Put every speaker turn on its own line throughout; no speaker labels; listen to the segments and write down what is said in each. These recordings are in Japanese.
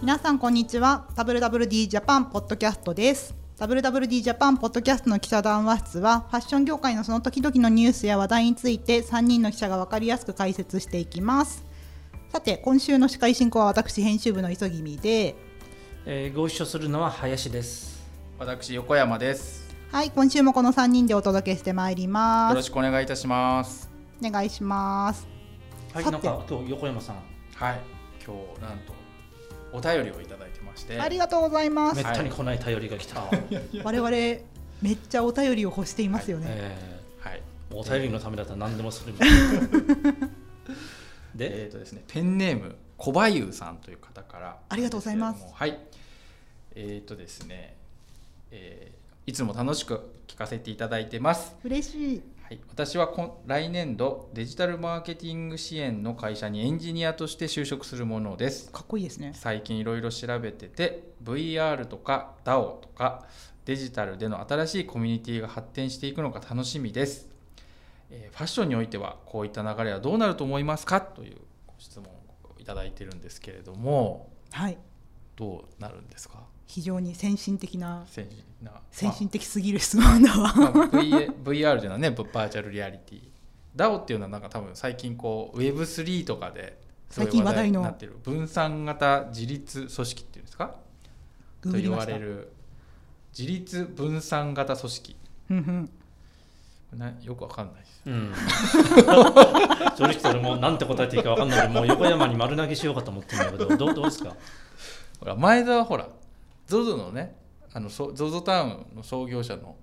皆さんこんにちは WWD ジャパンポッドキャストです WWD ジャパンポッドキャストの記者談話室はファッション業界のその時々のニュースや話題について3人の記者が分かりやすく解説していきますさて今週の司会進行は私編集部の磯君で
えーご一緒するのは林です。
私横山です
はい今週もこの3人でお届けしてまいり
よ
ま
ろ
す
しくお願いいたします
お願いします
はい、
さ
な
て
んか今日横山さん、
はい今日なんとお便りをいただいてまして
ありがとうございま
め
す
ったに来ない頼りが来た。
我々めっちゃお便りを欲していますよね、
え
はい
ーお便りのためだったら何でもするみで、
えっ、とですねペンネーム小林優さんという方から
ありがとうございます
なんでけれどもはいえっ、とですね、えーいつも楽しく聞かせていただいてます
嬉しい
はい、私は今来年度デジタルマーケティング支援の会社にエンジニアとして就職するものです
かっこいいですね
最近いろいろ調べてて VR とか DAO とかデジタルでの新しいコミュニティが発展していくのが楽しみです、えーファッションにおいてはこういった流れはどうなると思いますかというご質問をいただいてるんですけれども
はい
どうなるんですか
非常に先進的な
先進な
先進的すぎる質問だわ、
まあまあ VA VR というのはねぶバーチャルリアリティ DAO っていうのはなんか多分最近こう Web3 とかですごい
最近話
話
題
題
の
になってる分散型自立組織っていうんですか
グ
と
グり
言
ま
わ
した
れる自立分散型組織
ふんふん
なよくわかんないです
うん。 正直俺もうなんて答えていいかわかんないけど、もう横山に丸投げしようかと思ってるんだけど、どうどうですか。
ほら前澤ほら ZOZO のねあのそ ZOZO タウンの創業者の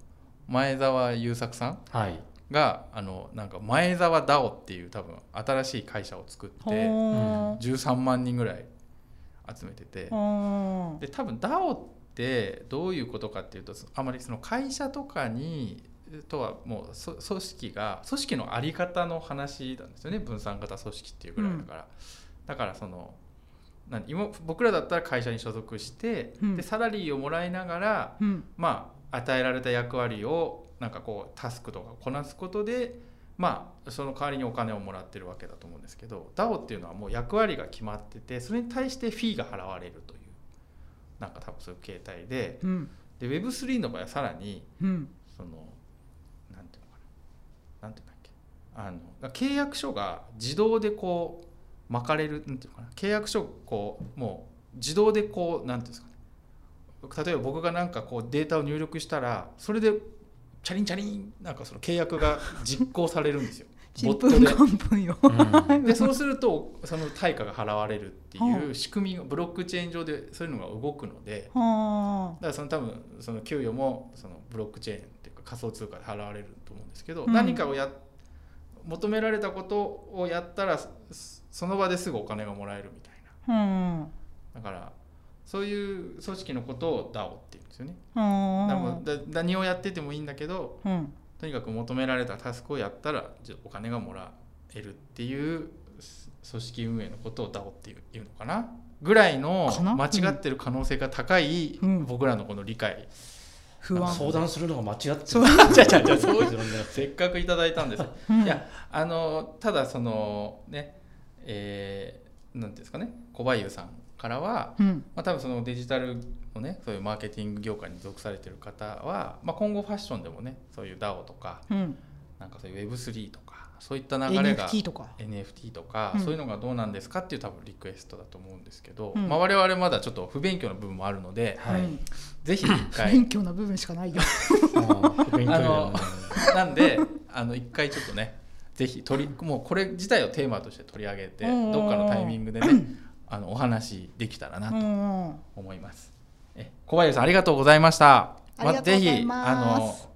前澤友作さん
はい。
があのなんか前澤 DAO っていう多分新しい会社を作っ
ほ
て
ー
13万人ぐらい集めてて
ほー
で多分 DAO ってどういうことかっていうとそのあまりその会社とかにとはもうそ組織が組織の在り方の話なんですよね分散型組織っていうぐらいだから、だからその何今僕らだったら会社に所属して、
うん
でサラリーをもらいながら
うん
まあ与えられた役割をなんかこうタスクとかこなすことでまあその代わりにお金をもらってるわけだと思うんですけど DAO っていうのはもう役割が決まっててそれに対してフィーが払われるというなんか多分そういう形態で
うん
で Web3 の場合はさらに
うん
そのなんていうのかななんていうんだっけあのだから契約書が自動でこう巻かれるなんていうのかな契約書をこうもう自動でこうなんていうんですかね例えば僕がなんかこうデータを入力したらそれでチャリンチャリンなんかその契約が実行されるんですよ
ち
ボ
ん
ッ
ぷ
ト
ん
で
かんぷんよ、
うん
でそうするとその対価が払われるってい
は
う仕組みがブロックチェーン上でそういうのが動くので
は
だからその多分その給与もそのブロックチェーンっていうか仮想通貨で払われると思うんですけど、
うん
何かをや求められたことをやったらそその場ですぐお金がもらえるみたいな
ーうん
だからそういう組織のことを DAO っていうんですよね、
うん
だからもうだ何をやっててもいいんだけど
うん
とにかく求められたタスクをやったらじゃお金がもらえるっていうす組織運営のことを DAO っていう言うのかなぐらいの
かな
間違ってる可能性が高い
うん
僕らのこの理解、
不安
相談するのが間違ってる。
そう
じゃじゃじゃそう
自分で
せっかくいただいたんです。
うん
いやあのただそのねえーなんていうんですかね小林さんからは、
うん
まあ、多分そのデジタルのねそういうマーケティング業界に属されてる方は、まあ、今後ファッションでもねそういう DAO とか
うん
なんかそういう Web3 とかそういった流れが
NFT とか
NFT とか、
うん
そういうのがどうなんですかっていう多分リクエストだと思うんですけど、
うん
まあ、我々まだちょっと不勉強な部分もあるので、
はい
うん
ぜひ一回
勉強な部分しかないよ
うん勉強
あ
になる
の
ね
なんであの一回ちょっとねぜひ取りもうこれ自体をテーマとして取り上げて
うんうんうん
どっかのタイミングでねあのお話できたらな
う
と
んうん
思います。え小林さんありがとうございました。
ありがとうございます
ぜひあの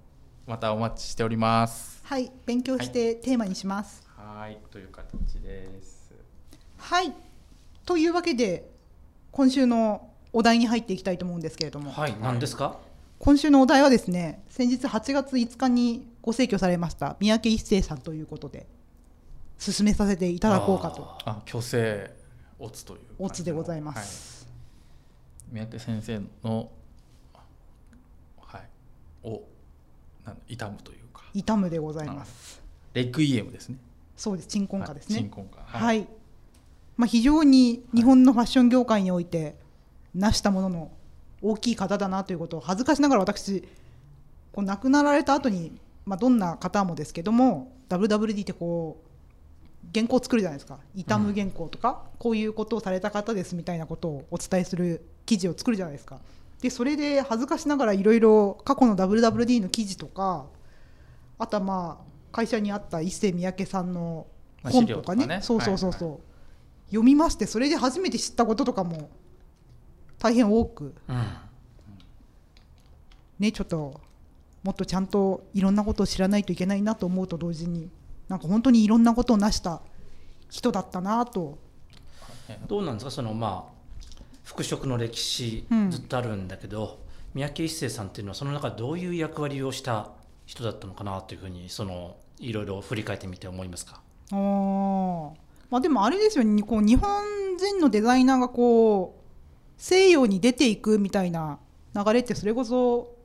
またお待ちしております。
はい勉強してテーマにします、
はいという形です。
はい。というわけで、今週のお題に入っていきたいと思うんですけれども、
はい、何ですか。
今週のお題はですね、先日8月5日にご逝去されました三宅一生さんということで、進めさせていただこうかと。
あ虚勢オツという
オツでございます、
はい三宅先生のはいをなん痛むというか
痛むでございます。
レクイエムですね。
そうです、鎮魂歌ですね。
新婚歌。
はい。まあ、非常に日本のファッション業界において成したものの大きい方だなということを恥ずかしながら私こう亡くなられた後に、まあ、どんな方もですけども WWD ってこう原稿を作るじゃないですか痛む原稿とか、こういうことをされた方ですみたいなことをお伝えする記事を作るじゃないですかでそれで恥ずかしながらいろいろ過去の WWD の記事とかあとはまあ会社にあった伊勢三宅さんの本とかね,、
まあ資料とかね
そうそうそうそう、読みましてそれで初めて知ったこととかも大変多くねちょっともっとちゃんといろんなことを知らないといけないなと思うと同時になんか本当にいろんなことを成した人だったなと
どうなんですかそのまあ服飾の歴史
うん
ずっとあるんだけど、三宅一生さんっていうのはその中でどういう役割をした人だったのかなというふうにそのいろいろ振り返ってみて思いますか。
あー、まあ、でもあれですよねこう日本人のデザイナーがこう西洋に出ていくみたいな流れってそれこそ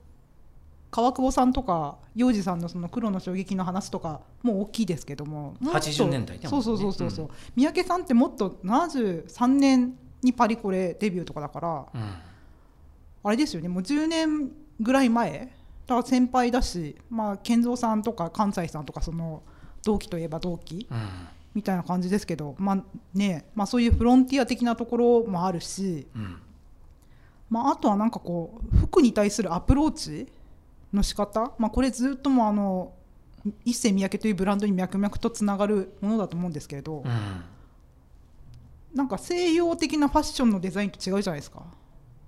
川久保さんとか洋次さんのその黒の衝撃の話とかも大きいですけどももっと
80年代ね
そうそうそうそうそう、
う
三宅さんってもっと73年にパリコレデビューとかだから
うん
あれですよねもう10年ぐらい前だから先輩だし、まあ、健三さんとか関西さんとかその同期といえば同期
うん
みたいな感じですけど、まあねまあ、そういうフロンティア的なところもあるし、
うん
まあ、あとはなんかこう服に対するアプローチの仕方、まあ、これずっともうあの一世三宅というブランドに脈々とつながるものだと思うんですけれど、
うん
なんか西洋的なファッションのデザインと違うじゃないですか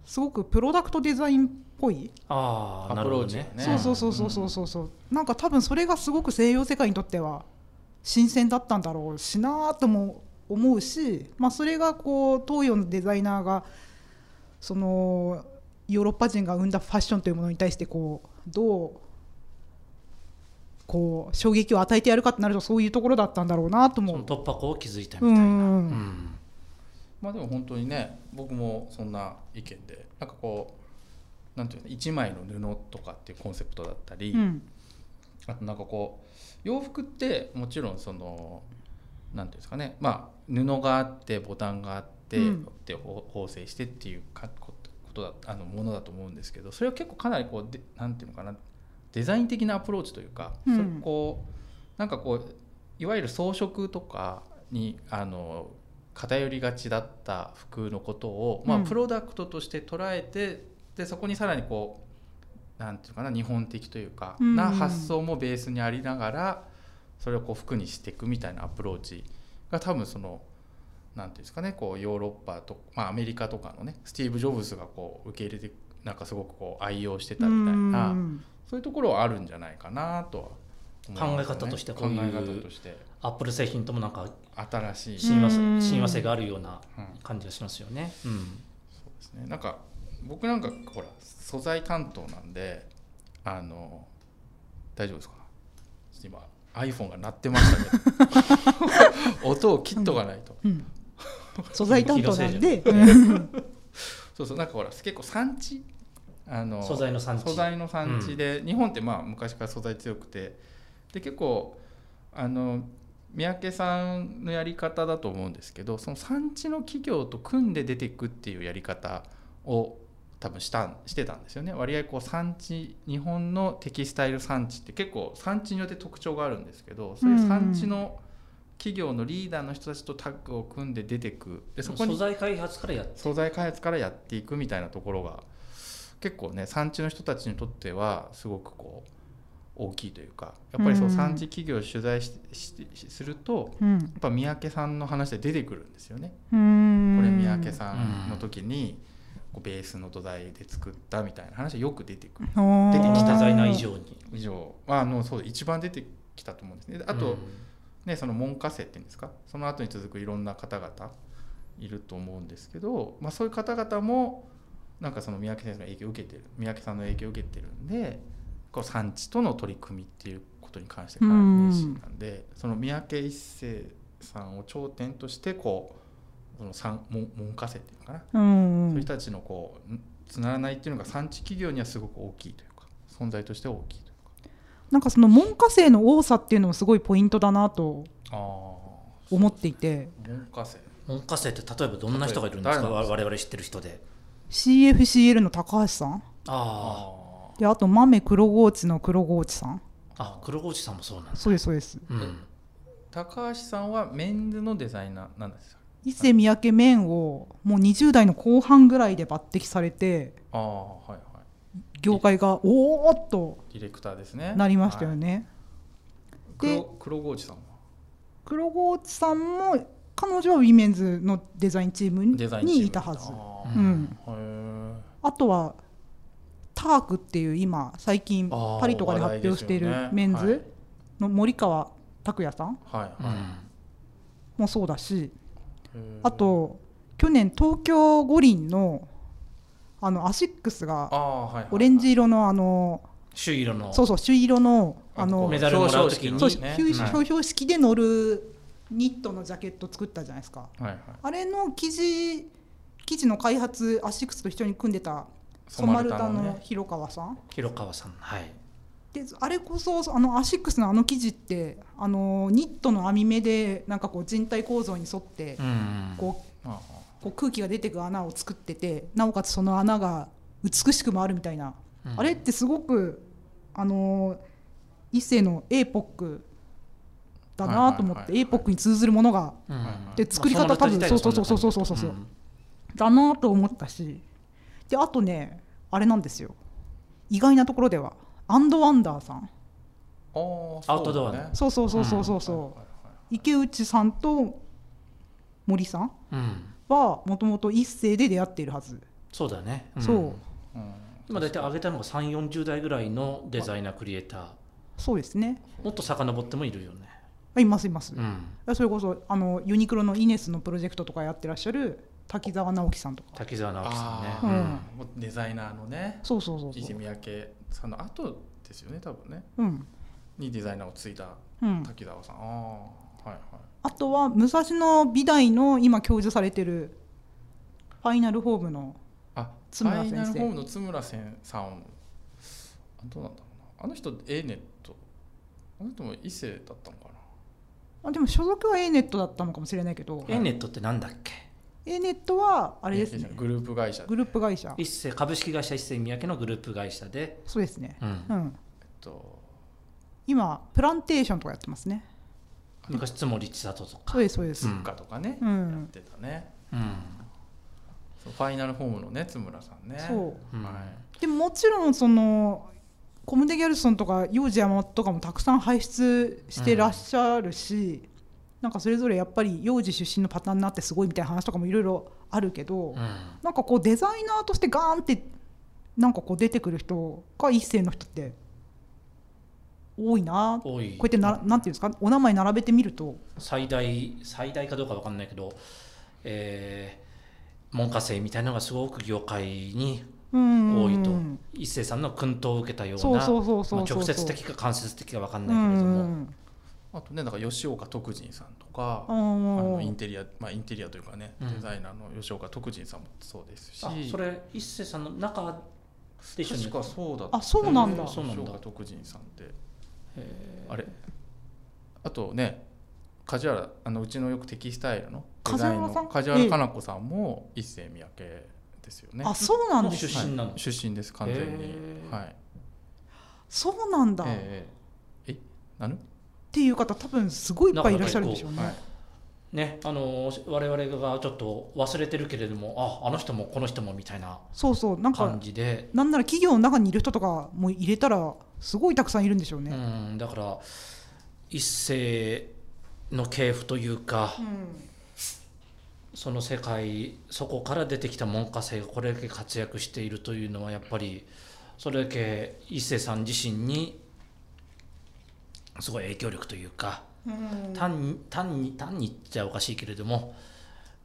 すごくプロダクトデザインっぽい
ああなるほどね
アプローチが。ね
そうそうそうそうそうそうそう、なんか多分それがすごく西洋世界にとっては新鮮だったんだろうしなとも思うし、まあ、それがこう東洋のデザイナーがそのヨーロッパ人が生んだファッションというものに対してこうどうこう衝撃を与えてやるかってなるとそういうところだったんだろうなと
そ
も
の突破口を築いたみた
う
いな。うんん
まあでも本当にね僕もそんな意見でなんかこうなんていうの一枚の布とかっていうコンセプトだったり、
うん
あとなんかこう洋服ってもちろんそのなんていうんですかねまあ布があってボタンがあって、
うん
でほ縫製してっていうかこことだあのものだと思うんですけどそれは結構かなりこうでなんていうのかなデザイン的なアプローチというか、
うん
それこうなんかこういわゆる装飾とかにあの偏りがちだった服のことを、まあ、
うん
プロダクトとして捉えて、でそこにさらにこうなんていうのかな日本的というか、
うん
な発想もベースにありながらそれをこう服にしていくみたいなアプローチが多分そのなんていうんですかねこうヨーロッパと、まあ、アメリカとかのねスティーブ・ジョブズがこう受け入れてなんかすごくこう愛用してたみたいな、
うん
そういうところはあるんじゃないかなとは思いますよ
考
ね
え方としてこ
考
ういう
え方として
アップル製品ともなんか
新しい、
し
親和
うん
性親和性があるような
うん
感じがしますよね。うん
そうですねなんか僕なんかほら素材担当なんであの大丈夫ですかちょっと今 iPhone が鳴ってましたけど音を切っとかないと、
うん素材担当なんで、
そうそうなんかほら結構産地あの
素材の産地
素材の産地で、日本ってまあ昔から素材強くてで結構あの三宅さんのやり方だと思うんですけどその産地の企業と組んで出ていくっていうやり方を多分したんしてたんですよね割合こう産地日本のテキスタイル産地って結構産地によって特徴があるんですけどそういう産地の企業のリーダーの人たちとタッグを組んで出てくでそこに
素材開発からやって
素材開発からやっていくみたいなところが結構ね産地の人たちにとってはすごくこう大きいというかやっぱりそううん産地企業を取材ししすると
うん
やっぱ三宅さんの話で出てくるんですよね。
うん
これ三宅さんの時にこうベースの土台で作ったみたいな話がよく出てくる
出
出てきた
デザイナー以上に。
以上はあのそう一番出てきたと思うんですね。であと、
うん
ね、その門下生っていうんですかその後に続くいろんな方々いると思うんですけど、まあ、そういう方々もなんかその三宅先生の影響を受けてる三宅さんの影響を受けてるんでこう産地との取り組みっていうことに関してかなり熱心なんでその三宅一生さんを頂点としてこうその産門門下生っていうのかな、
うん
そういう人たちのこうんつながらないっていうのが産地企業にはすごく大きいというか存在として大きいというか。
なんかその門下生の多さっていうのもすごいポイントだなと
あー
思っていて
門下生
門下生って例えばどんな人がいるんです
例
か
えば誰なんですか
我々知ってる人で。
CFCL の高橋さん
あ
あ
であと豆黒河内の黒河内さん
ーあ黒河内さんもそうなんです、
そうですそうです
うん、
高橋さんはメンズのデザイナーなんですか
伊勢三宅麺をもう20代の後半ぐらいで抜擢されて
ああはいはい
業界がおおっと
ディレクターですね
なりましたよ
はい
ね、
黒黒河内さんは
黒河内さんも彼女はウィメンズのデザインチーム
デザインチーム
にいたはず
あ
う
ー
ん、
へえ
あとはタークっていう今最近
あー
パリとかで発表してい
話題です
る
よね
メン
はい
ズの森川拓也さん
はい
うん
はい、
もそうだし
へえ
あと去年東京五輪のあのアシックス
あ
が
あはいはいはい
オレンジ色のあの
朱色の
そうそう朱色のあ
こう
の
メダルもらう時に
そう
表彰式のね
表
はい
表彰式で乗るニットのジャケット作ったじゃないですか。
はいはい
あれの生地生地の開発アシックスと一緒に組んでたソ
染
マ
ま
ル
るた
タの
のね
広川さん
広川さんはい
であれこそあのアシックスのあの生地ってあのニットの網目でなんかこう人体構造に沿って
うん
こ
ああ
うこう空気が出てく穴を作っててなおかつその穴が美しくもあるみたいな、
うん
あれってすごくあの伊勢の A ポックだなと思
はい
っ
はい
て
はい
A ポックに通ずるものが
うん
で
まあ
作り方
その
多分
自体がんな感じ
そうそうそうそうそうそうだなと思ったしであとねあれなんですよ意外なところではアンドワンダーさん
あー
アウトドアの
そうだね
そうそうそうそうそうそう、
はいはいはい
池内さんと森さん
うんうん
はもともと一世で出会っているはず、
そうだね、ん
そう
うん
今大体上げたのが3 4 0代ぐらいのデザイナークリエイター
そうですね
もっと遡ってもいるよね、
あいますいます、
うん、
それこそあのユニクロのイネスのプロジェクトとかやってらっしゃる滝沢直樹さんとか
滝沢直樹
あ
さ
あ
んね、
うん
ーもうデザイナーのね
そうそうそう
伊
そ
勢
う
三宅さんの後ですよね多分ね
うん
にデザイナーを継いだ
うん、
滝沢さん、ああはいはい
あとは武蔵野美大の今教授されてるファイナルホームの
あ
津村先生
ファイナルホームの津村せんさんあどうなんだろうなあの人 A ネットあの人も伊勢だったのかな
あでも所属は A ネットだったのかもしれないけど
うん
エネットってなんだっけ
A ネットはあれですね
グループ会社で
グループ会社
一世株式会社一世三宅のグループ会社で、
そうですね
うん
うん
えっと
今プランテーションとかやってますね
昔津森千里とか、
そうですそうです
う、ん
かとかね、
う
やっ
ん、
てたね
うん
そうファイナルホームのね津村さんね
そう
はい
でももちろんそのコムデ・ギャルソンとか幼児山本とかもたくさん輩出してらっしゃるし、なんかそれぞれやっぱり幼児出身のパターンになってすごいみたいな話とかもいろいろあるけど、
うん
なんかこうデザイナーとしてガーンってなんかこう出てくる人が一世の人って多いなこ
多い
や
う
ってななんていうんですかお名前並べてみると
最大最大かどうかわかんないけど、えー門下生みたいなのがすごく業界に
うん
多いと、一世さんの薫陶を受けたような
そうそうそうそう
まあ
そう
直接的か間接的かわかん
う
ないけれども、
ん
あとねだから吉岡徳仁さんとか
う
あのイン
ん
テリアまあインテリアというかね、
うん
デザイナーの吉岡徳仁さんもそうですし
あそれ一世さんの中で一緒に
確かそうだった
あそうなんだ
ね
そうなんだ
吉岡徳仁さんって
えー
あれあとね梶原あのうちのよくテキスタイルのデ
梶
ザイ
原
ン
さん
の梶
え
原
え
かな子さんも一世三宅ですよね。
あそうなん
の
です
出身なの、
はい出身です完全に、
へえ
はい。
そうなんだ、
ええええなる？
っていう方多分すごいいっぱいいらっしゃるんでしょうね。
はい。
ねあのー我々がちょっと忘れてるけれどもああの人もこの人もみたいな
そうそうなんか
感じで
なんなら企業の中にいる人とかも入れたらすごいたくさんいるんでしょう
う
ね。
んだから一世の系譜というか、その世界そこから出てきた門下生がこれだけ活躍しているというのはやっぱりそれだけ一世さん自身にすごい影響力というか
うん
単に単に単に言っちゃおかしいけれども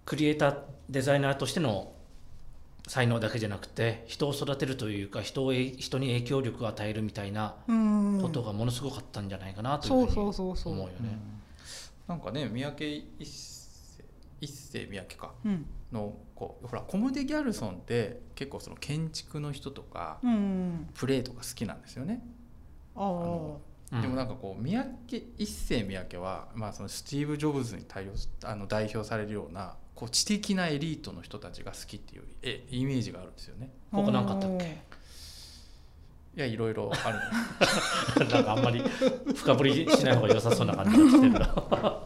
クリエイターデザイナーとしての才能だけじゃなくて人を育てるというか人をえ人に影響力を与えるみたいな
うん
ことがものすごかったんじゃないかなとい
そうう
ふう
そ
に
うそうそう
思うよね。
なんかね三宅一世一世三宅か
うん
のこうほらコムデギャルソンって結構その建築の人とか
うん
プレーとか好きなんですよね。
ああ
う
の
ん
でもなんかこう三宅一世三宅は、まあ、そのスティーブ・ジョブズに対応あの代表されるようなこう知的なエリートの人たちが好きっていうえイメージがあるんですよね。
ここなんかあったっけ
いやいろいろあ る
なんかあんまり深掘りしない方が良さそうな感じがしてるな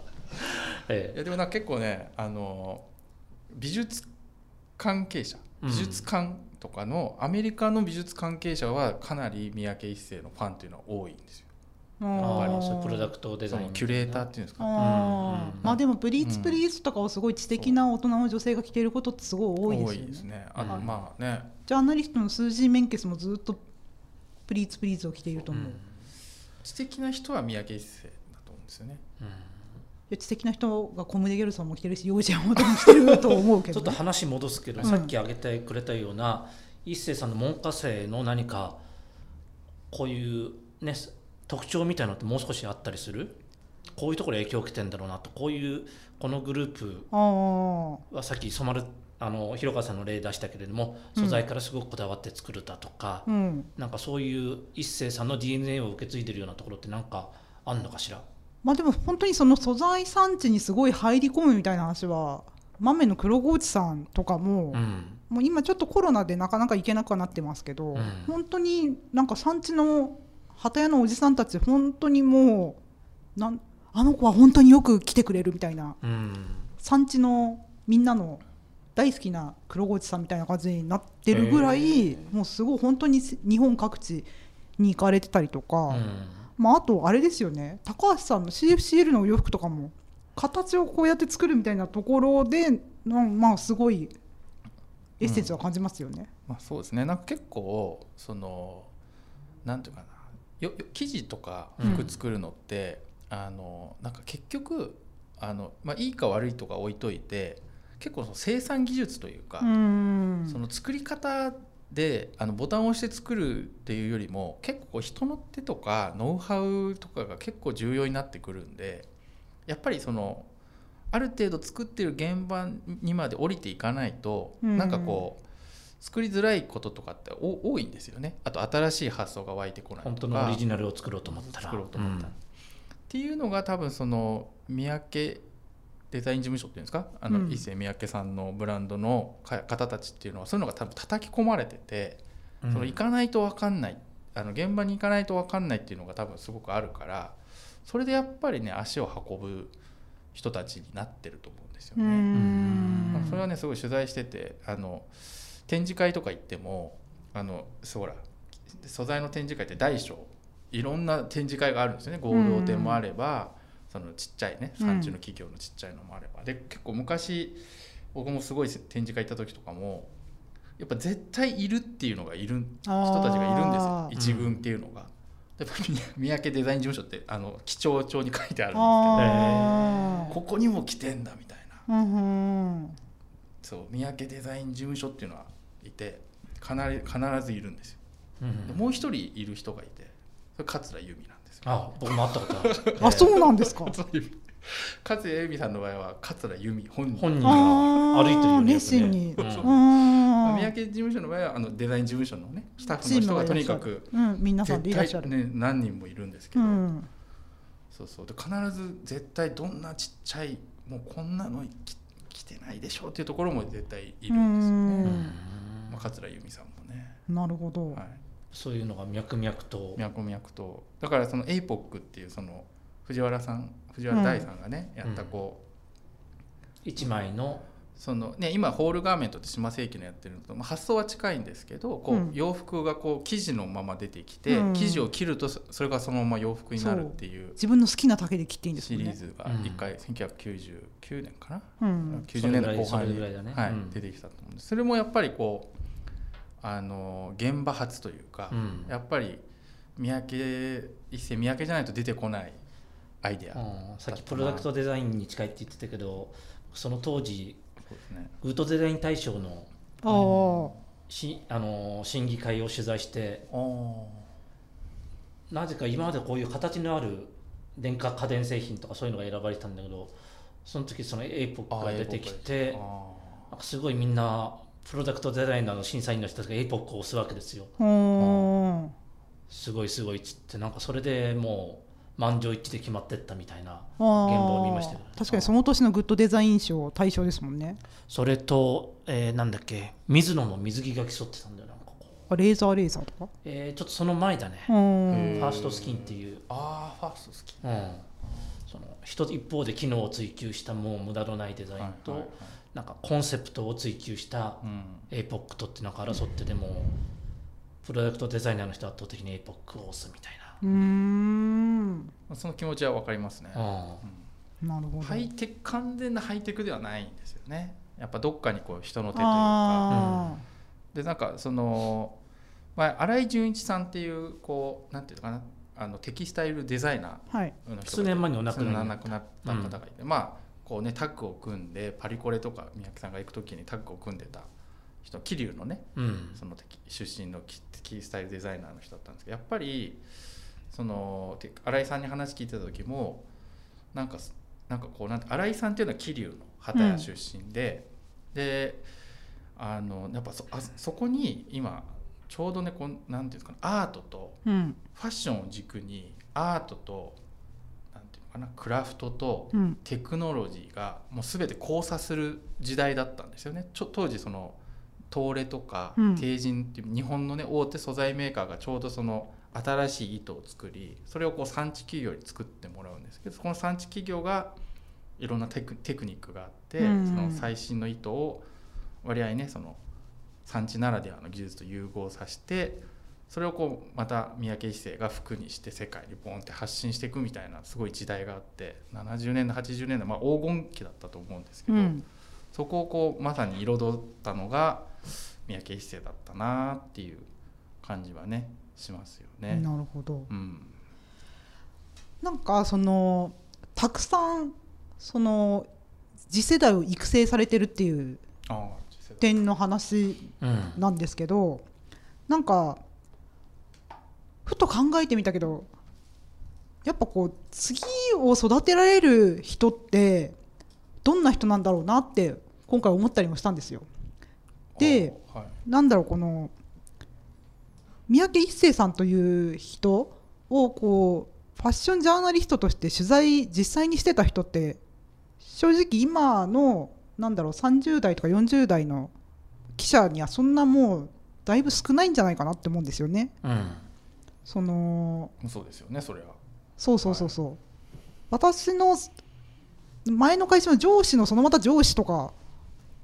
え
いやでもなんか結構ねあの美術関係者
うん
美術館とかの、アメリカの美術関係者はかなり三宅一世のファンというのは多いんですよ。
あ
えあ
り
あ
ま
そういうプロダ
ト
クトデ
そ
ザイ
の
ン
キュレーターっていうんですか
あ
うんうん
ーまあでもブリーチプリーズとかをすごい知的な大人の女性が着ていることってすごい多いですよね
ね。あ
うん
まあね、
ジャーナリストのスージー・メンケスもずっとプリーツプリーズを着ていると思う、
うん
い
知的な人は三宅一世だと思うんですよね。
や知的な人がコムデ・ゲルソンも着てるし幼児山本も着てると思う
う
け
んちょ
ど
っ
ね、
と話戻すけど、
うん
さっき挙げてくれたような一世さんの門下生の何かこういう、ね、特徴みたいなのってもう少しあったりするこういうところ影響を受けてんだろうなとこういうこのグループ
あー
はさっき染まるあの広川さんの例出したけれども
うん
素材からすごくこだわって作るだとか、
うん
なんかそういう一世さんの DNA を受け継いでるようなところってなんかあんのかしら
まあでも本当にその素材産地にすごい入り込むみたいな話は豆の黒河内さんとかも、
うん
もう今ちょっとコロナでなかなか行けなくはなってますけど、
うん
本当になんか産地の旗屋のおじさんたち本当にもうなんあの子は本当によく来てくれるみたいな
うん
産地のみんなの大好きな黒河内さんみたいな感じになってるぐらい、
へー
もうすごい本当に日本各地に行かれてたりとか。
うん
まあ、あとあれですよね高橋さんの CFCL のお洋服とかも形をこうやって作るみたいなところでなまあすごいエッセンスは感じますよね。
まあそうですね。なんか結構そのなんていうかな、よよ生地とか服作るのって、あのなんか結局あのまあいいか悪いとか置いといて、結構その生産技術というか、
うん
その作り方であのボタンを押して作るっていうよりも結構人の手とかノウハウとかが結構重要になってくるんでやっぱりそのある程度作ってる現場にまで降りていかないと、
うん
なんかこう作りづらいこととかってお多いんですよねあと新しい発想が湧いてこないとか
本当のオリジナルを作ろうと思ったら
作ろうと思ったら
ん
っていうのが多分その三宅デザイン事務所っていうんですかあの、
うん
伊勢三宅さんのブランドのか方たちっていうのはそういうのが多分叩き込まれてて、
うん
その行かないと分かんないあの現場に行かないと分かんないっていうのが多分すごくあるからそれでやっぱりね足を運ぶ人たちになってると思うんですよ
う
ね。
ん
まあそれはねすごい取材しててあの展示会とか行ってもあのそうほら素材の展示会って大小いろんな展示会があるんですよね合同展もあれば、そのちっちゃいね
うん
産地の企業のちっちゃいのもあれば、で結構昔僕もすごい展示会行った時とかもやっぱ絶対いるっていうのがいる人たちがいるんですよ
あー
一軍っていうのが。やっぱり 三宅デザイン事務所ってあの基調帳に書いてあるんですけど
あー
ここにも来てんだみたいな
うんうん
そう三宅デザイン事務所っていうのはいてかなり必ずいるんですよ、
うん
でもう一人いる人がいてそれ桂由美なんですよ
あ僕も会ったことあるえ
あ
ー
そうなんですか。
桂由美桂由美さんの場合は桂由美本人
本人
あー
が歩いてるよね
熱心に
よくね
う
うん
ん
三宅事務所の場合はあのデザイン事務所のねスタッフの人がとにかく、
うん、皆さんでいらっしゃ
絶対、
る。
ね、何人もいるんですけ
う
ど、
ん、
そうそうで必ず絶対どんなちっちゃいもうこんなのき来てないでしょうっていうところも絶対いるんですよ
う
ね、
ん
まあ、桂由美さんもね、
なるほど。
はい、
そういうのが脈々と
脈々とだからそのエイポックっていうその藤原さん藤原大さんがね、やったこう
一枚の
そのね今ホールガーメントって島世紀のやってるのと、まあ、発想は近いんですけどこう、
うん
洋服がこう生地のまま出てきて、
うん
生地を切るとそそれがそのまま洋服になるっていう
自分の好きな竹で切っていいんです
シ
よ
リー
ね。
ズが
うん
1回1999年かな、
うん、
90年代後半
それ
に
ぐらいだね
はい
うん
出てきたと思うんですそれもやっぱりこうあの現場発というか、
うん
やっぱり三宅一世三宅じゃないと出てこないアイデア、
うんさっきプロダクトデザインに近いって言ってたけどその当時
そうですね
グッドデザイン大賞の
ああ。
しあの審議会を取材してなぜか今までこういう形のある電化家電製品とかそういうのが選ばれてたんだけどその時その APOC が出てきてなんかすごいみんなプロダクトデザイナーの審査員の人たちが APOC を押すわけですよ
うん
すごいすごいっつってなんかそれでもう満場一致で決まってったみたいな
あー
現場を見ましたけどね
確かにその年のグッドデザイン賞対象ですもんね
それと、えーなんだっけ水野の水着が競ってたんだよなんかこう、
あレーザーレーザーとか
えーちょっとその前だね、
う
フ
ん
ァーストスキンっていう、
ああファースト好き
うん、その一つ一方で機能を追求したもう無駄のないデザインと、
はいはい
なんかコンセプトを追求した
はいうん、
エイポックとってなんか争ってでもプロダクトデザイナーの人は圧倒的にエイポックを押すみたいう
ーん
まあその気持ちは分かりますね、
な、
うん
なるほど
ハイテク完全なハイテクではないんですよねやっぱどっかにこう人の手というか
あ
でなんかその、まあ、新井純一さんっていうこうなんていうのかなあのテキスタイルデザイナ
ーはい
ーの人がいて
数年前にお亡くなりになった
亡くなった方がいて、まあこうねタッグを組んでパリコレとか三宅さんが行く時にタッグを組んでた人桐生のね
うんうん
そのテキ出身のキテキスタイルデザイナーの人だったんですけどやっぱりそのて新井さんに話聞いてた時もなんかすなんかこうなんて新井さんっていうのは桐生の畑
うん
屋出身で、であのやっぱそあそこに今ちょうどねこんなんていうんですかねアートと
うん
ファッションを軸にアートとなんていうのかなクラフトと
うん
テクノロジーがもう全て交差する時代だったんですよねちょ当時その東レとか
うん
帝人っていう日本のね大手素材メーカーがちょうどその新しい糸を作りそれをこう産地企業に作ってもらうんですけどこの産地企業がいろんなテクテクニックがあって、
うん
その最新の糸を割合ねその産地ならではの技術と融合させてそれをこうまた三宅一生が服にして世界にボーンって発信していくみたいなすごい時代があって70年代80年代、まあ、黄金期だったと思うんですけ
う
ど、
ん
そこをこうまさに彩ったのが三宅一生だったなっていう感じはねしますよ
な
ね。
るほど
うん
なんかそのたくさんその次世代を育成されてるっていう
ああ次世代
点の話
うん
なんですけどなんかふと考えてみたけどやっぱこう次を育てられる人ってどんな人なんだろうなって今回思ったりもしたんですよ。で
ああはい
なんだろうこの三宅一生さんという人をこうファッションジャーナリストとして取材実際にしてた人って正直今のなんだろう30代とか40代の記者にはそんなもうだいぶ少ないんじゃないかなって思うんですよね。
うん
その
そうですよねそれは。
そうそうそうそう、私の前の会社の上司のそのまた上司とか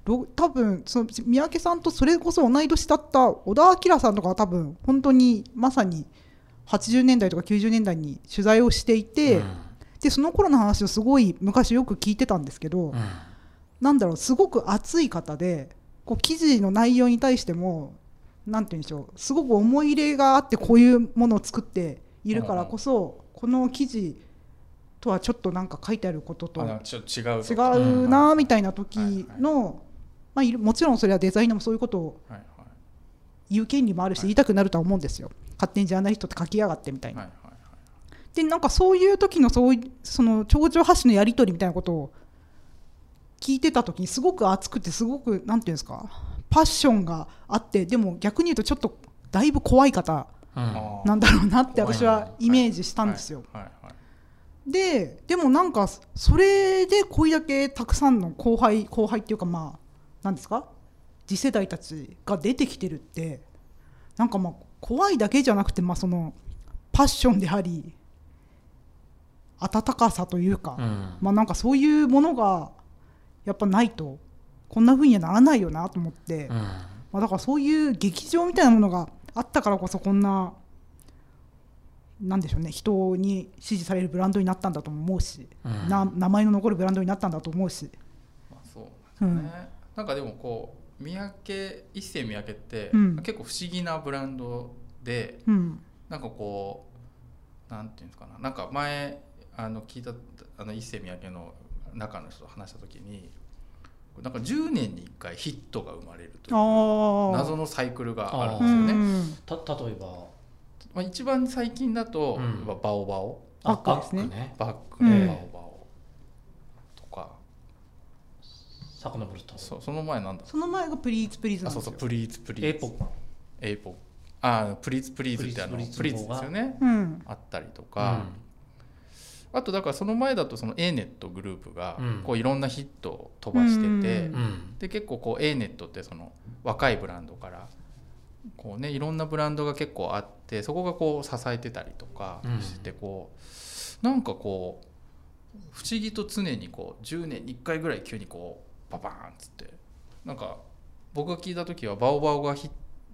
ろ多分その三宅さんとそれこそ同い年だった小田明さんとかは多分本当にまさに80年代とか90年代に取材をしていて、
うん
でその頃の話をすごい昔よく聞いてたんですけど、
うん
なんだろうすごく熱い方でこう記事の内容に対してもなんて言うんでしょうすごく思い入れがあってこういうものを作っているからこそこの記事とはちょっとなんか書いてあることと
あなんかちょっと違う
違
とか
うなみたいな時のまあいるもちろんそれはデザイナーもそういうことを
はいはい
言う権利もあるし
はい
言いたくなるとは思うんですよ勝手にジャーナリストって書きやがってみたい
はい
な。
はいはい
でなんかそういう時のそういその頂上発信のやり取りみたいなことを聞いてた時にすごく熱くてすごくなんていうんですかパッションがあってでも逆に言うとちょっとだいぶ怖い方
うん
なんだろうなって
怖い
私はイメージしたんですよ。
はいはいはい
ででもなんかそれでこれだけたくさんの後輩後輩っていうかまあ何ですか次世代たちが出てきてるってなんかまあ怖いだけじゃなくてまあそのパッションであり温かさというか、
うん
まあなんかそういうものがやっぱないとこんな風にはならないよなと思って、
うん
まあだからそういう劇場みたいなものがあったからこそこんな。なんでしょうね人に支持されるブランドになったんだとも思うし、
うん
な名前の残るブランドになったんだと思うし、
まあそうなんですよね、なんかでもこう三宅一世三宅って
うん
結構不思議なブランドで、
うん、
なんかこうなんていうんですかななんか前あの聞いたあの一世三宅の中の人と話した時になんか10年に1回ヒットが生まれるという
ああ
謎のサイクルがあるん
あ
ですよね。
うん
た例えば
まあ、一番最近だと、
うん
やっぱバオバオ
あ
バッグですね
バね
バックの
うん
バオバオとか、
さかのぼると
そうその前なんだ
その前がプリーツプリーズ
あ
なん
そ
で
う
す
そ
よ
うプリーツプリーズ
エイポック
エイポックあプリーズプリーズってあの
プ
プ
リ
リ
ーズ
ーズですよね
うん
あったりとか、あとだからその前だとその A ネットグループが
うん
こういろんなヒットを飛ばしてて、
うん
うんうん
で結構こう A ネットってその若いブランドからこうねいろんなブランドが結構あってそこがこう支えてたりとか
うん
してこう、なんかこう不思議と常にこう10年に1回ぐらい急にこうババーンっつってなんか僕が聞いた時はバオバオがヒッ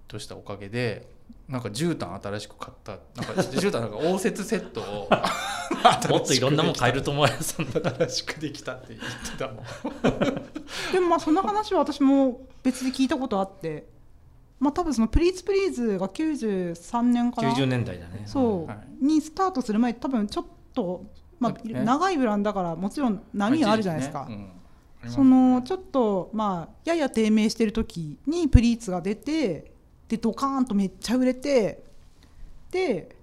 トしたおかげでなんか絨毯新しく買ったなんか絨毯なんか応接セットを
もっといろんなもん買えると思います
新しくできたって言ってたもん。
でもまあその話は私も別で聞いたことあってまあ多分その「プリーズプリーズ」が93年かな
90年代だね
そう、
はい
にスタートする前多分ちょっと、まあ
ね
長いブランドだからもちろん波があるじゃないですか、
ねうんあります
そのちょっとまあやや低迷してる時にプリーツが出てでドカーンとめっちゃ売れてで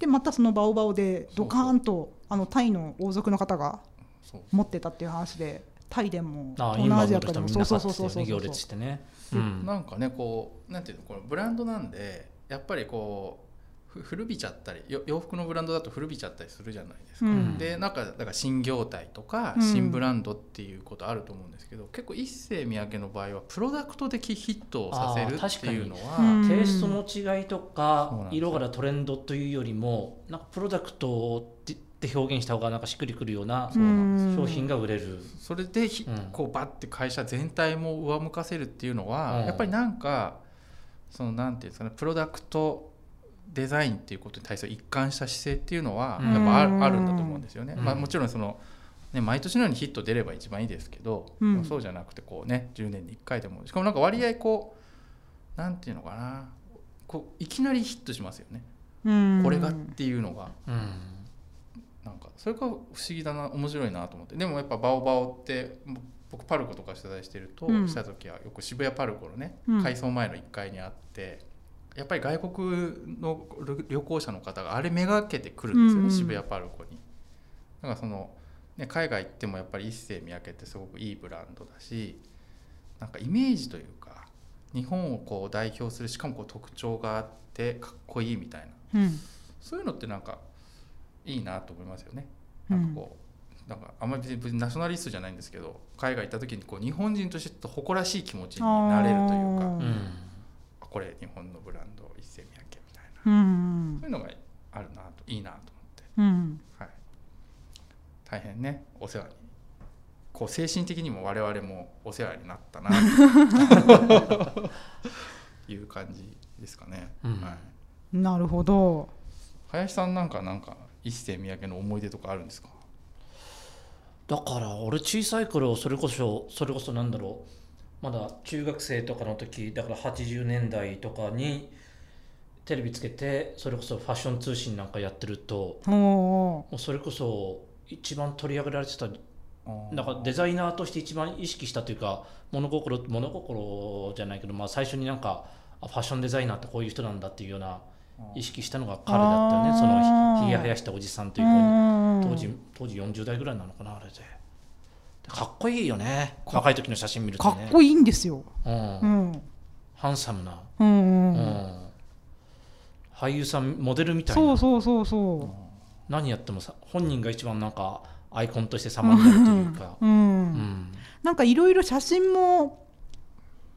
でまたそのバオバオでドカーンとあのタイの王族の方が
そう
持ってたっていう話でタイでも
ああ
東南
今
アジ
の
アとか
人
でも
はみん
そう
な
そ
買
う
って
そうそ
た
うそう
よね行列してねうん
なんかねこうなんていうのこのブランドなんでやっぱりこうふ古びちゃったりよ洋服のブランドだと古びちゃったりするじゃないです
う
か、
ん
でなんかだから新業態とか
うん
新ブランドっていうことあると思うんですけど、結構一世三宅の場合はプロダクト的ヒットをさせる
あー
っていうの
確か
は
に
テイストの違いと
そうなん
か
ですよ
色柄トレンドというよりもなんかプロダクトってって表現した方がなんかしっくりくるような
そうなんです
商品が売れる、
それでひ、
うん
こうバッて会社全体も上向かせるっていうのは、
うん
やっぱりなんかそのなんていうんですかねプロダクトデザインっていうことに対する一貫した姿勢っていうのは
うん
やっぱある,、ん、あるんだと思うんですよね。
うん
まあ、もちろんそのね、毎年のようにヒット出れば一番いいですけど、
うん
でもそうじゃなくてこうね10年に1回でもしかもなんか割合こうなんていうのかなこういきなりヒットしますよね、
うん
これがっていうのが
うん
なんかそれが不思議だな面白いなと思ってでもやっぱバオバオってぼ僕パルコとか取材してると、
うん
した時はよく渋谷パルコのね
うん
改装前の1階にあって、やっぱり外国の旅旅行者の方があれめがけてくるんですよね、
うんうん
渋谷パルコに。だからその、ね、海外行ってもやっぱり一世三宅ってすごくいいブランドだしなんかイメージというか日本をこう代表するしかもこう特徴があってかっこいいみたいな
うん
そういうのってなんかいいなと思いますよね。
う
なんんかこう、なんかあんまり別に別にナショナリストじゃないんですけど海外行った時にこう日本人としてちょっと誇らしい気持ちになれるという
あ
う
か
ー
ん
あこれ日本のブランド一世三宅みたいな
う
そうんいうのがあるなといいなと思って、
うん
はい、大変ねお世話にこう精神的にも我々もお世話になったな いう感じですかね、
うん
はい、
なるほど
林さんなんかなんか一世三宅の思い出とかあるんですか
だから俺小さい頃それこそそれこそなんだろうまだ中学生とかの時だから80年代とかにテレビつけてそれこそファッション通信なんかやってると
おーお
もうそれこそ一番取り上げられてたなんかデ
で
ザイナーとして一番意識したというか物心物心じゃないけど、まあ、最初になんかあファッションデザイナーってこういう人なんだっていうような意識したのが彼だったよ
あ
ね
ー
そのひひげ生やしたおじさんと
ー
いうか
うん
当時当時40代ぐらいなのかなあれででかっこいいよね若い時の写真見ると
か
ね
っこいいんですよ
うん
うん
ハンサムな、
うんう
うん
ん
俳優さんモデルみたい
そう
な
そうそうそ
何やってもさ本人が一番なんかアイコンとして様になるというか、
う、うん
うん
なんかいろいろ写真も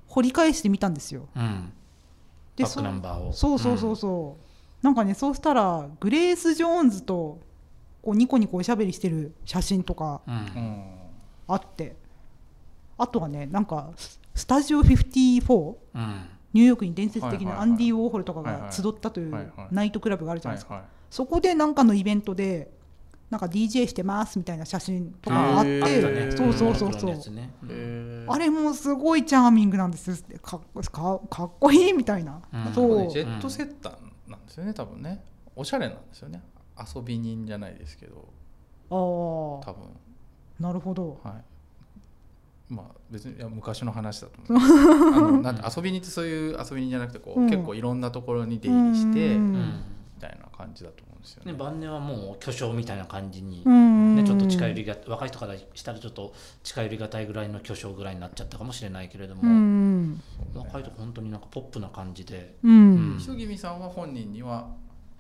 掘り返してみたんですよ
うん、
で
バックナンバーを
そうそうそうそう、なんかねそうしたらグレース・ジョーンズとこうニコニコおしゃべりしてる写真とか
うんうん
うん
あってあとはねなんかススタジオ54
うん
ニューヨークに伝説的
はい
な
は
ア
いはい
ンディ・ウォーホルとか
はいは
が
い
集ったとい
はいうはい
ナイトクラブがあるじゃ
は
ない
い
ですか
は
そこでなんかのイベントでなんか DJ してますみたいな写真とかがあっ
へ
て、
ーあったね
そうそうそうそう、
ブラックのやつねうん
い、え
あれもすごいチャーミングなんですよかっこかかっこいいみたいな、
うん
そう
ジェットセッターなんですよね多分ねおしゃれなんですよね遊び人じゃないですけど
あ
多分
あなるほど
はいまあ別にいや昔の話だと思 うあのなんて遊び人ってそういう遊び人じゃなくてこう、
うん
結構いろんなところに出入りして
うん
うん
みたいな感じだと思うんですよね
ね、晩年はもう巨匠みたいな感じに、
うん
ね、ちょっと近寄りが若い人からしたらちょっと近寄りがたいぐらいの巨匠ぐらいになっちゃったかもしれないけれども、
うん
若いと本当になんかポップな感じで、
う
うん
磯君さんは本人には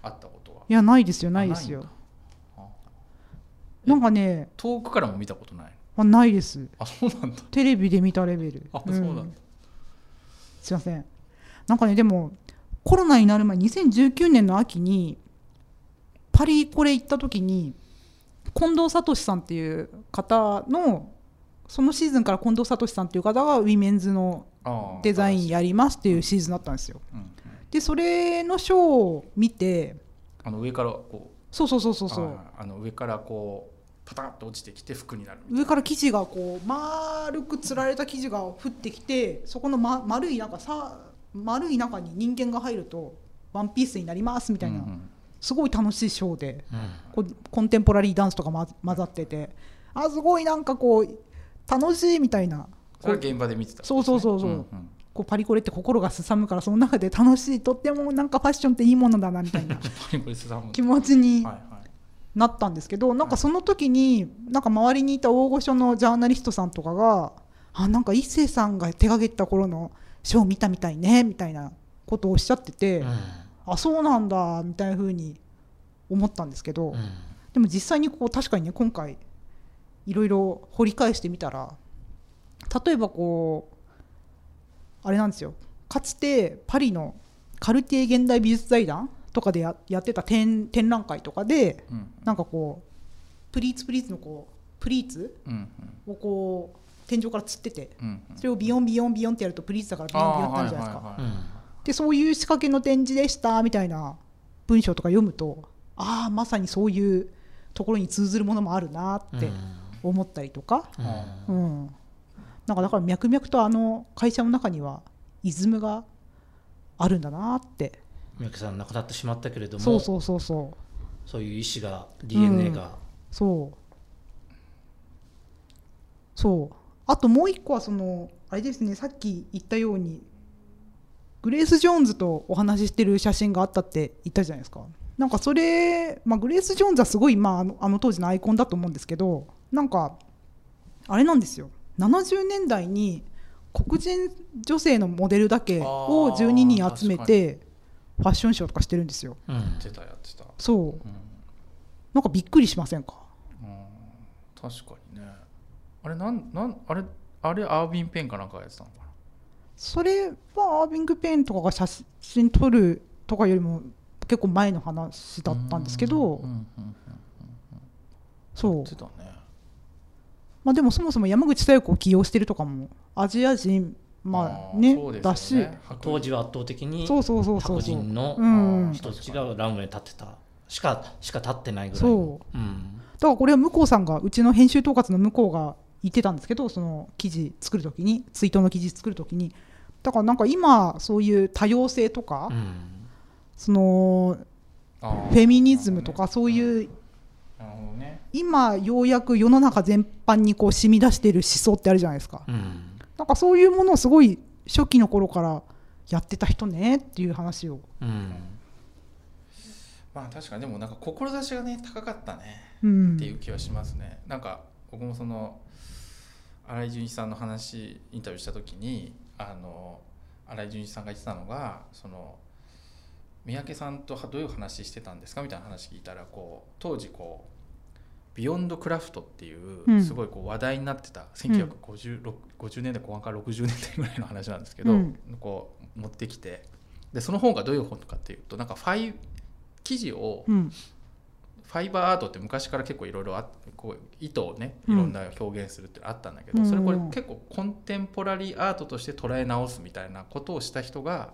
会ったことはい
やないですよないですよ
ないんだあ
なんかね
遠くからも見たことない
あないです
あそうなんだ
テレビで見たレベル
あそうなんだ
んすいませんなんかねでもコロナになる前2019年の秋にパリコレ行った時に近藤聡さんっていう方のそのシーズンから近藤聡さんっていう方がウィメンズの
ああ
デザインやりますっていうシーズンだったんですよ
うんうん
でそれのショーを見て
あの上からこう
そうそうそうそうそう
ああの上からこうパタンと落ちてきて服になるみたい
上から生地がこう丸くつられた生地が降ってきてそこの、ま、丸い中さ丸い中に人間が入るとワンピースになりますみたいな、
うんうん
すごい楽しいショーで
うん
こうコンテンポラリーダンスとかま混ざっててあすごいなんかこう楽しいみたいな
それは現場で見てた
そうそうそうそう、
んん
こうパリコレって心がすさむからその中で楽しいとってもなんかファッションっていいものだなみたいな
パリコレスさんも
気持ちに
はいはい
なったんですけどなんかその時になんか周りにいた大御所のジャーナリストさんとかがあなんか一星さんが手掛けてた頃のショー見たみたいねみたいなことをおっしゃってて、
うん
あそうなんだみたいな風に思ったんですけど、
うん
でも実際にこう確かにね今回いろいろ掘り返してみたら例えばこうあれなんですよかつてパリのカルティエ現代美術財団とかでややってた展展覧会とかで
うんうん
なんかこうプリーツプリーツのこうプリーツ
うん
をこう天井から吊ってて
うんうん
それをビヨンビヨンビヨンってやるとプリーツだからビヨンビヨンってなるじゃないですか、
あーは
う
はは
ん
でそういう仕掛けの展示でしたみたいな文章とか読むとああまさにそういうところに通ずるものもあるなって思ったりとか、
うん
う
うん
んなんかだから脈々とあの会社の中にはイズムがあるんだなって
三宅さん亡くなってしまったけれども
そうそうそうそう
そういう意思が DNA が、
そうそうあともう一個はそのあれですねさっき言ったようにグレース・ジョーンズとお話ししてる写真があったって言ったじゃないですかなんかそれ、まあ、グレース・ジョーンズはすごい、まあ、あのあの当時のアイコンだと思うんですけどなんかあれなんですよ70年代に黒人女性のモデルだけを12人集めてファッションショーとかしてるんですよ
うん
やってたやってた
そう
うん
なんかびっくりしませんか
うん確かにねあれなんなんあれあれアービンペンかなんかがやってたのかな
それはアービング・ペンとかが写真撮るとかよりも結構前の話だったんですけど、
うんうんうん
そ
や
う
って、たね
まあ、でもそもそも山口小夜子を起用してるとかもアジア人まあね
そうですよ
だし
白
当
人
時は圧倒的に
そうそうそうそ
白
うそう
人の
うん
人たちがランウェイに立ってたしかしか立ってないぐらいの
そう
うん
だからこれは向こうさんがうちの編集統括の向こうが言ってたんですけどその記事作るときにツイートの記事作るときにだからなんか今そういう多様性とか、
うん
その
あー
フェミニズムとかそう
う
いう
なるほどね
今ようやく世の中全般にこう染み出してる思想ってあるじゃないですか、
うん
なんかそういうものをすごい初期の頃からやってた人ねっていう話を、
うん
まあ確かにでもなんか志がね高かったね
うん、
っていう気はしますね、なんか僕もその新井純一さんの話インタビューした時にあの新井純一さんが言ってたのがその三宅さんとはどういう話してたんですかみたいな話聞いたらこう当時こう「ビヨンドクラフト」っていううんすごいこう話題になってた、1950 50年代後半から60年代ぐらいの話なんですけど、
うん
こう持ってきてでその本がどういう本かっていうとなんかファイ記事を
うん
ファイバーアートって昔から結構いろいろあこう糸をねい
うん
ろんな表現するってあったんだけど、
うん
それこれ結構コンテンポラリーアートとして捉え直すみたいなことをした人が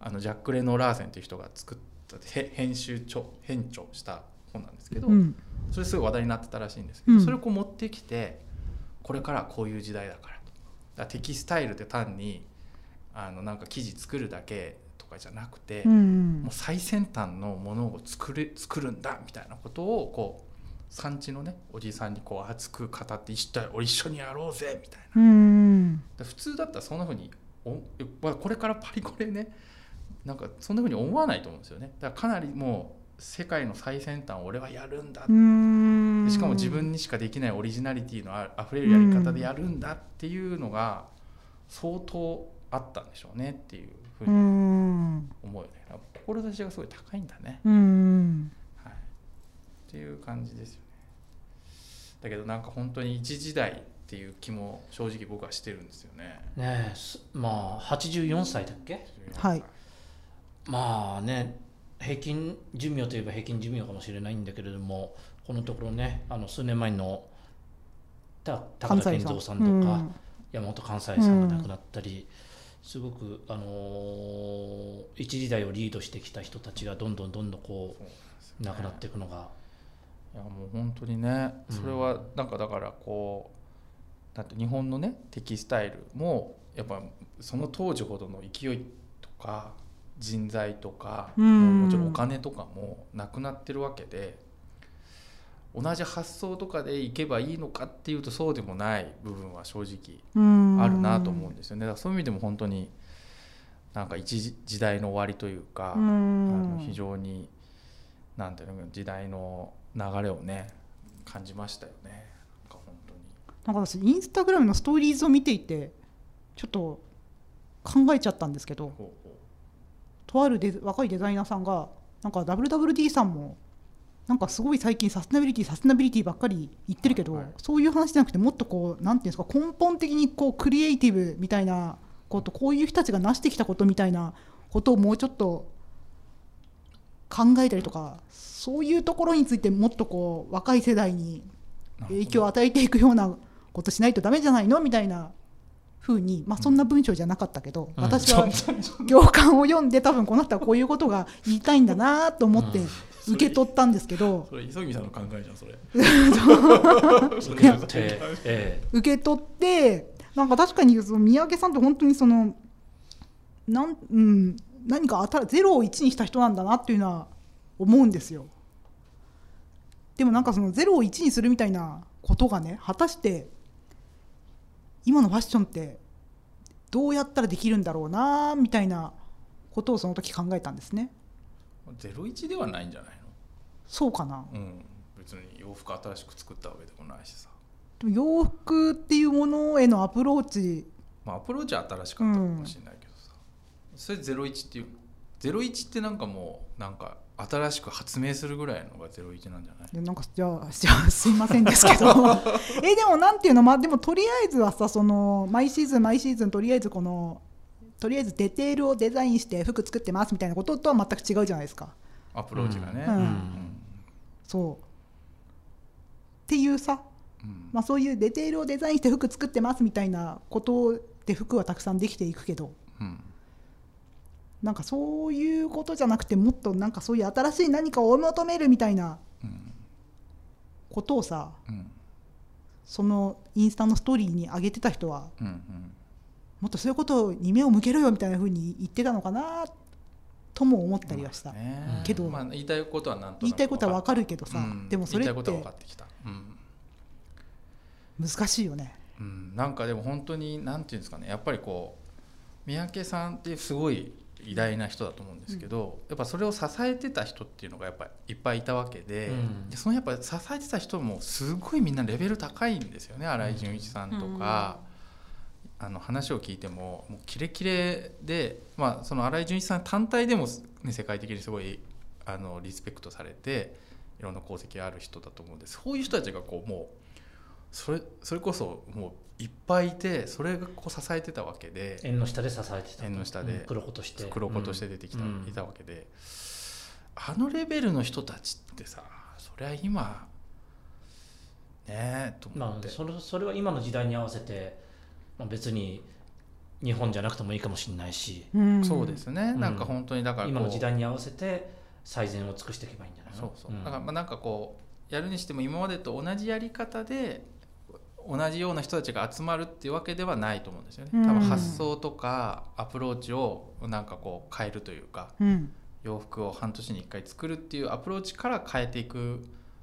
あのジャック・レノー・ラーセンっていう人が作ったへ編集長編著した本なんですけど、
うん
それすごい話題になってたらしいんですけど、
うん
それをこう持ってきてこれからはこういう時代だからとだからテキスタイルって単にあのなんか生地作るだけとかじゃなくて、
うん
もう最先端のものを作れ作るんだみたいなことをこう産地のねおじさんにこう熱く語って一緒俺一緒にやろうぜみたいな
うん
で普通だったらそんなふうにおまあこれからパリコレねなんかそんなふうに思わないと思うんですよねだからかなりもう世界の最先端を俺はやるんだ
うーん
しかも自分にしかできないオリジナリティのああふれるやり方でやるんだっていうのが相当あったんでしょうねっていうふう
うー
に
ん
思うよね志がすごい高いんだね、
うーん
はい、っていう感じですよねだけどなんか本当に一時代っていう気も正直僕はしてるんですよね
ねえすまあ84歳だっけ
はい
まあね平均寿命といえば平均寿命かもしれないんだけれどもこのところねあの数年前のた高田健三さんとか
うん
山本関西さんが亡くなったり、すごく、あのー一時代をリードしてきた人たちがどんどんどんどんこ
そうなんですよ
う
ね
亡くなっていくのが、
いやもう本当にね
うん
それはなんかだからこうだって日本のねテキスタイルもやっぱその当時ほどの勢いとか人材とか
うん
もちろんお金とかもなくなってるわけで同じ発想とかでいけばいいのかっていうとそうでもない部分は正直
うーん
あるなと思うんですよねだからそういう意味でも本当になんか一時時代の終わりというか。
うー
あ
ん
の非常になんていうの時代の流れをね感じましたよねなんか本当に
なんか私インスタグラムのストーリーズを見ていてちょっと考えちゃったんですけど
ほうほ
とあるデ若いデザイナーさんがなんか WWD さんもなんかすごい最近サステナビリティサステナビリティばっかり言ってるけど、
はいはい
そういう話じゃなくてもっとこうなんていうんですか根本的にこうクリエイティブみたいなことこういう人たちが成してきたことみたいなことをもうちょっと考えたりとかそういうところについてもっとこう若い世代に
う
影響を与えていくようなことしないとダメじゃないのみたいな風に、まあ、そんな文章じゃなかったけど、
うん
私は行間を読んで多分この人はこういうことが言いたいんだなと思って
うん
受け取ったんですけど、
それ磯君さんの考えじ ゃんそれ
受け取って、え
受け取ってなんか確かにその三宅さんって本当にそのなん、うん、何かあた0を1にした人なんだなっていうのは思うんですよ。でもなんかその0を1にするみたいなことがね果たして今のファッションってどうやったらできるんだろうなみたいなことをその時考えたんですね。
ゼロ一ではないんじゃない
そうかな
のうん別に洋服新しく作ったわけでもないしさ、
でも洋服っていうものへのアプローチ
まあ、アプローチは新しかったかもしれないけどさ、それゼロ一っていうのゼロ一ってなんかもうなんか新しく発明するぐらいのがゼロ一なんじゃない
でなんかじゃあじゃあすいませんですけどえでもなんていうのまあでもとりあえずはさその毎シーズン毎シーズンとりあえずこのとりあえずデテールをデザインして服作ってますみたいなこととは全く違うじゃないですか
アプローチがね、
うん
うん
そうっていうさ、
うん
まあ、そういうデテールをデザインして服作ってますみたいなことで服はたくさんできていくけど
うん
なんかそういうことじゃなくてもっとなんかそういう新しい何かを追い求めるみたいな
うん
ことをさ
うん
そのインスタのストーリーに上げてた人は
うんうん
もっとそういうことに目を向けろよみたいな風に言ってたのかなとも思ったりはした、
ね
うん
けど
まあ、言いたいことはなんとなく
言いたいことは分
分
かるけどさ、
うん
でもそれっ
言いたいこ
て
とは分かってきた、うん
難しいよね
うん、なんかでも本当になんていうんですかねやっぱりこう三宅さんってすごい偉大な人だと思うんですけど、やっぱそれを支えてた人っていうのがやっぱりいっぱいいたわけで,、
うん
でそのやっぱ支えてた人もすごいみんなレベル高いんですよね新井純一さんとか、あの話を聞いてももうキレキレで、まあ、その新井純一さん単体でも、ね、世界的にすごいあのリスペクトされていろんな功績がある人だと思うんですそういう人たちがこうもうそれそれこそもういっぱいいてそれがこう支えてたわけで
え縁の下で支えてた
縁の下で
うん黒子として
黒子として出てきた、
うん
いたわけであのレベルの人たちってさそりゃ今ねえと思
ま
っ
あ
て、
それそれは今の時代に合わせて、まあ、別に日本じゃなくてもいいかもしれないし
そうですね、
うん
なんか本当にだからこう
今の時代に合わせて最善を尽くしていけばいいんじゃないの
そうそう、
ん
だからまあなんかこうやるにしても今までと同じやり方で同じような人たちが集まるっていうわけではないと思うんですよね、
うん
多分発想とかアプローチをなんかこう変えるというか
うん
洋服を半年に1回作るっていうアプローチから変えていく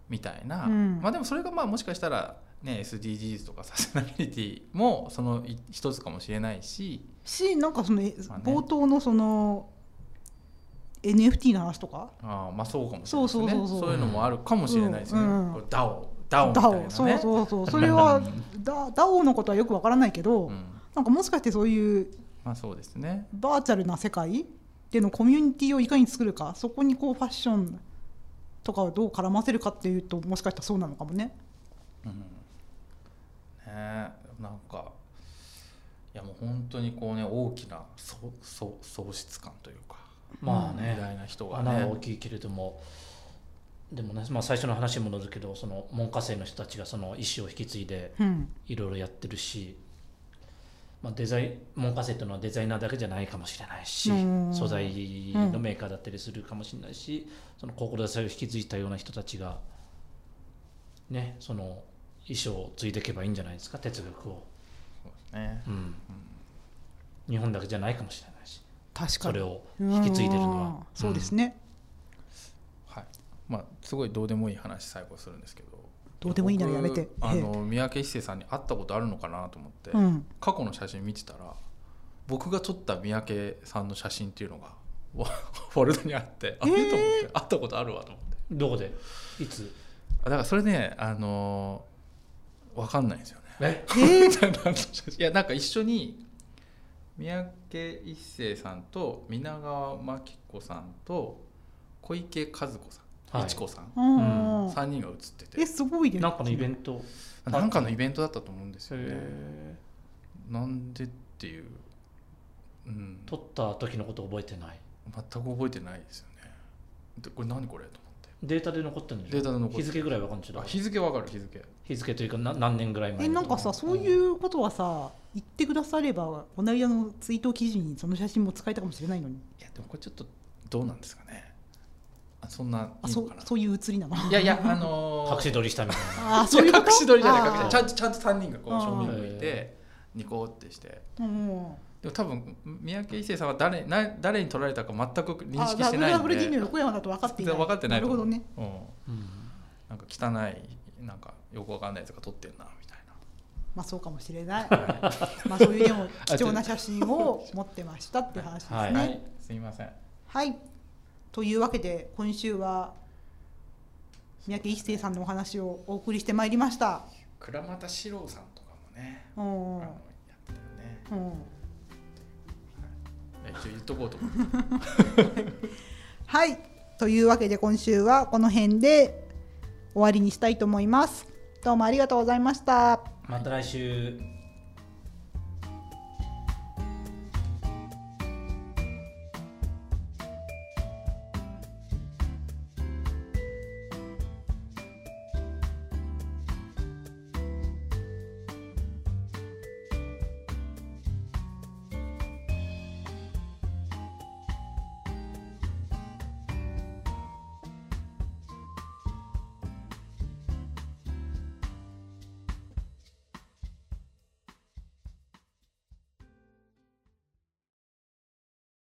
みたいな、
うん
まあでもそれがまあもしかしたら、ね、SDGs とかサステナビリティもその一つかもしれないし、
しなんかそのえ
まあね
冒頭のその NFT の話とか
ああまあそうかもしれないですね
そうそうそうそう
いうのもあるかもしれないですね、
うんうん
こう DAO DAO みたいなね
DAO そうそうそうそれ はだ DAO のことはよくわからないけど、
うん
なんかもしかしてそういう
まあそうですね
バーチャルな世界でのコミュニティをいかに作るかそこにこうファッションとかをどう絡ませるかっていうともしかしたらそうなのかもね。
ねなんかいやもう本当にこうね大きなそうそう喪失感というか
まあ
偉大
ね、
な人が
穴は大
ね
きいけれども、でもね、まあ、最初の話に戻るけど、その門下生の人たちがその意思を引き継いで
うん
いろいろやってるし、まあ、デザイン門下生というのはデザイナーだけじゃないかもしれないし、
うん
素材のメーカーだったりするかもしれないし、その志を引き継いだような人たちが、ね、その衣装を継いでいけばいいんじゃないですか、哲学を。
そうですね
うん日本だけじゃないかもしれないし、
確か
そ
に
れを引き継いでるのは。
うん
ん
そうですね、
はいまあすごいどうでもいい話最後するんですけど
どうでもいいならやめて
僕あの三宅一生さんに会ったことあるのかなと思って、
うん、
過去の写真見てたら僕が撮った三宅さんの写真っていうのが わフォルダにあってあれ、と思って会ったことあるわと思って
どこでいつ
あだからそれねあのーわかんないんですよね
え
え
いやなんか一緒に三宅一生さんと皆川真紀子さんと小池和子さん、
はい
いちこさん
うん
3人が写って
え
て
すごいね
なんかのイベント
なんかのイベントだったと思うんですよね
へ
なんでっていう、うん、
ー撮った時のこと覚えてない
全く覚えてないですよねでこれ何これと思っ
データで残ってるんでしょ
データで残って
日
る
付ぐらいわかんないけど
てあ日付わかる日付
日付というかな何年ぐらい前
えなんかさそう
う
いうことはさ言ってくださればこの間のツイート記事にその写真も使えたかもしれないのに
いやでもこれちょっとどうなんですかねあそんな
あ
いいの
そ
かな
そういう写りな の
いやいやあ のー
隠し撮りしたみたいな
あーそういうこと
隠し撮りじゃない
あー
隠し撮りちゃんとちゃんと3人がこ
あ
う
ー
正面向いてニコってして
うん
でも多分三宅一生さんは誰な誰に撮られたか全く認
あ
識してないんで
WWD の横山だと分かってい
全
な
然
い
分かってない
な
と
るほ
思
ど
う
ね
うん
うん
なんか汚いなんかよくわかんないやつが撮ってんなみたいな
まあそうかもしれないまあそういうでも貴重な写真を持ってましたっていう話ですね
は
はいい、
はいすいません
というわけで今週は三宅一生さんのお話をお送りしてまいりました
倉俣史郎さんとかもね
うん、
あ
う
のやってたよね
ん、
え一応言っとこうと思って
はいというわけで今週はこの辺で終わりにしたいと思いますどうもありがとうございました
また来週